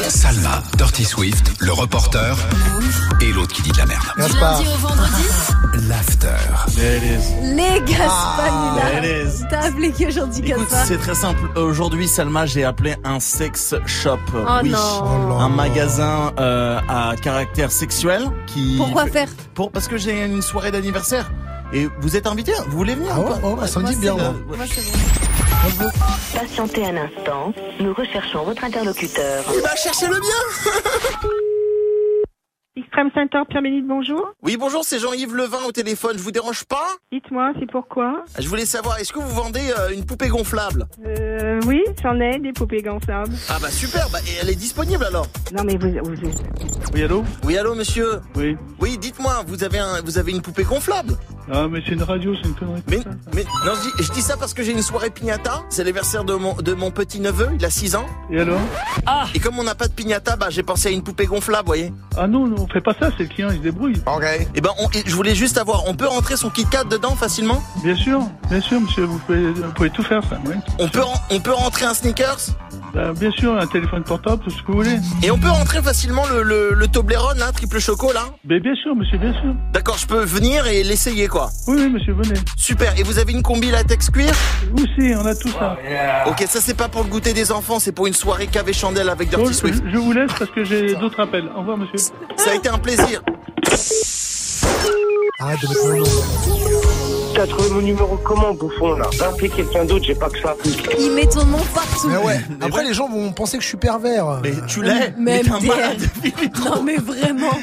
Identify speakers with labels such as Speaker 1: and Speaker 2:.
Speaker 1: Salma, Dirty Swift, le reporter et l'autre qui dit de la merde.
Speaker 2: Du lundi au vendredi
Speaker 1: L'after.
Speaker 3: Les Gaspanula.
Speaker 4: There it is.
Speaker 3: hein. T'as appelé qui aujourd'hui
Speaker 4: Ah, Écoute,
Speaker 3: Gaspa
Speaker 4: c'est très simple. Aujourd'hui, Salma, j'ai appelé un sex shop.
Speaker 3: Oh
Speaker 4: oui.
Speaker 3: non.
Speaker 4: Un magasin euh, à caractère sexuel qui.
Speaker 3: Pourquoi
Speaker 4: fait-
Speaker 3: faire
Speaker 4: Pour parce que j'ai une soirée d'anniversaire. Et vous êtes invité hein? Vous voulez venir
Speaker 2: Ah
Speaker 4: ou
Speaker 2: ouais,
Speaker 4: pas
Speaker 2: oh, bah, ça me dit bien, moi.
Speaker 4: Ouais.
Speaker 3: Moi, c'est bon.
Speaker 5: Patientez un instant, nous recherchons votre interlocuteur.
Speaker 6: Extrême Center, Pierre Bénite, bonjour.
Speaker 4: Oui, bonjour, c'est Jean-Yves Levin au téléphone. Je vous dérange pas
Speaker 6: Dites-moi, c'est pourquoi
Speaker 4: Je voulais savoir, est-ce que vous vendez euh, une poupée gonflable
Speaker 6: euh, Oui, j'en ai des poupées gonflables.
Speaker 4: Ah bah super, bah, et elle est disponible alors.
Speaker 6: Non mais vous, vous
Speaker 7: Oui, allô
Speaker 4: Oui, allô, monsieur.
Speaker 7: Oui.
Speaker 4: Oui, dites-moi, vous avez un, vous avez une poupée gonflable
Speaker 7: Ah, mais c'est une radio, c'est une connerie.
Speaker 4: Mais, mais non, je dis, je dis ça parce que j'ai une soirée pignata. C'est l'anniversaire de mon, de mon petit neveu, il a 6 ans.
Speaker 7: Et alors
Speaker 4: Et comme on n'a pas de pignata, bah, j'ai pensé à une poupée gonflable, vous voyez.
Speaker 7: Ah non, non, on fait pas ça, c'est le client, il se débrouille.
Speaker 4: Et ben, on- et je voulais juste avoir, on peut rentrer son Kit Kat dedans facilement
Speaker 7: Bien sûr, bien sûr, monsieur, vous pouvez, vous pouvez tout faire, ça, oui.
Speaker 4: On peut, ren- on peut rentrer un sneakers
Speaker 7: Bah, bien sûr, un téléphone portable, tout ce que vous voulez.
Speaker 4: Et on peut rentrer facilement le, le, le Toblerone, là, triple choco, là
Speaker 7: Mais bien sûr, monsieur, bien sûr.
Speaker 4: D'accord, je peux venir et l'essayer, quoi.
Speaker 7: Oui, oui, monsieur, venez.
Speaker 4: Super, et vous avez une combi latex cuir
Speaker 7: Aussi, on a tout ça.
Speaker 4: Ok, ça c'est pas pour le goûter des enfants, c'est pour une soirée cave et chandelle avec
Speaker 7: Bon,
Speaker 4: Dirty
Speaker 7: je,
Speaker 4: Swift.
Speaker 7: je vous laisse parce que j'ai d'autres appels. Au revoir, monsieur.
Speaker 4: Ça a été un plaisir.
Speaker 2: Arrête de mettre mon nom.
Speaker 8: T'as trouvé mon numéro comment, bouffon, là Va appeler quelqu'un d'autre, j'ai pas que ça.
Speaker 3: Il met ton nom partout.
Speaker 2: Mais ouais,
Speaker 4: Mais
Speaker 2: après
Speaker 4: ouais.
Speaker 2: les gens vont penser que je suis pervers.
Speaker 4: Mais tu l'es,
Speaker 3: Mais
Speaker 4: mais t'es un
Speaker 3: merde.
Speaker 4: malade.
Speaker 3: Non mais vraiment.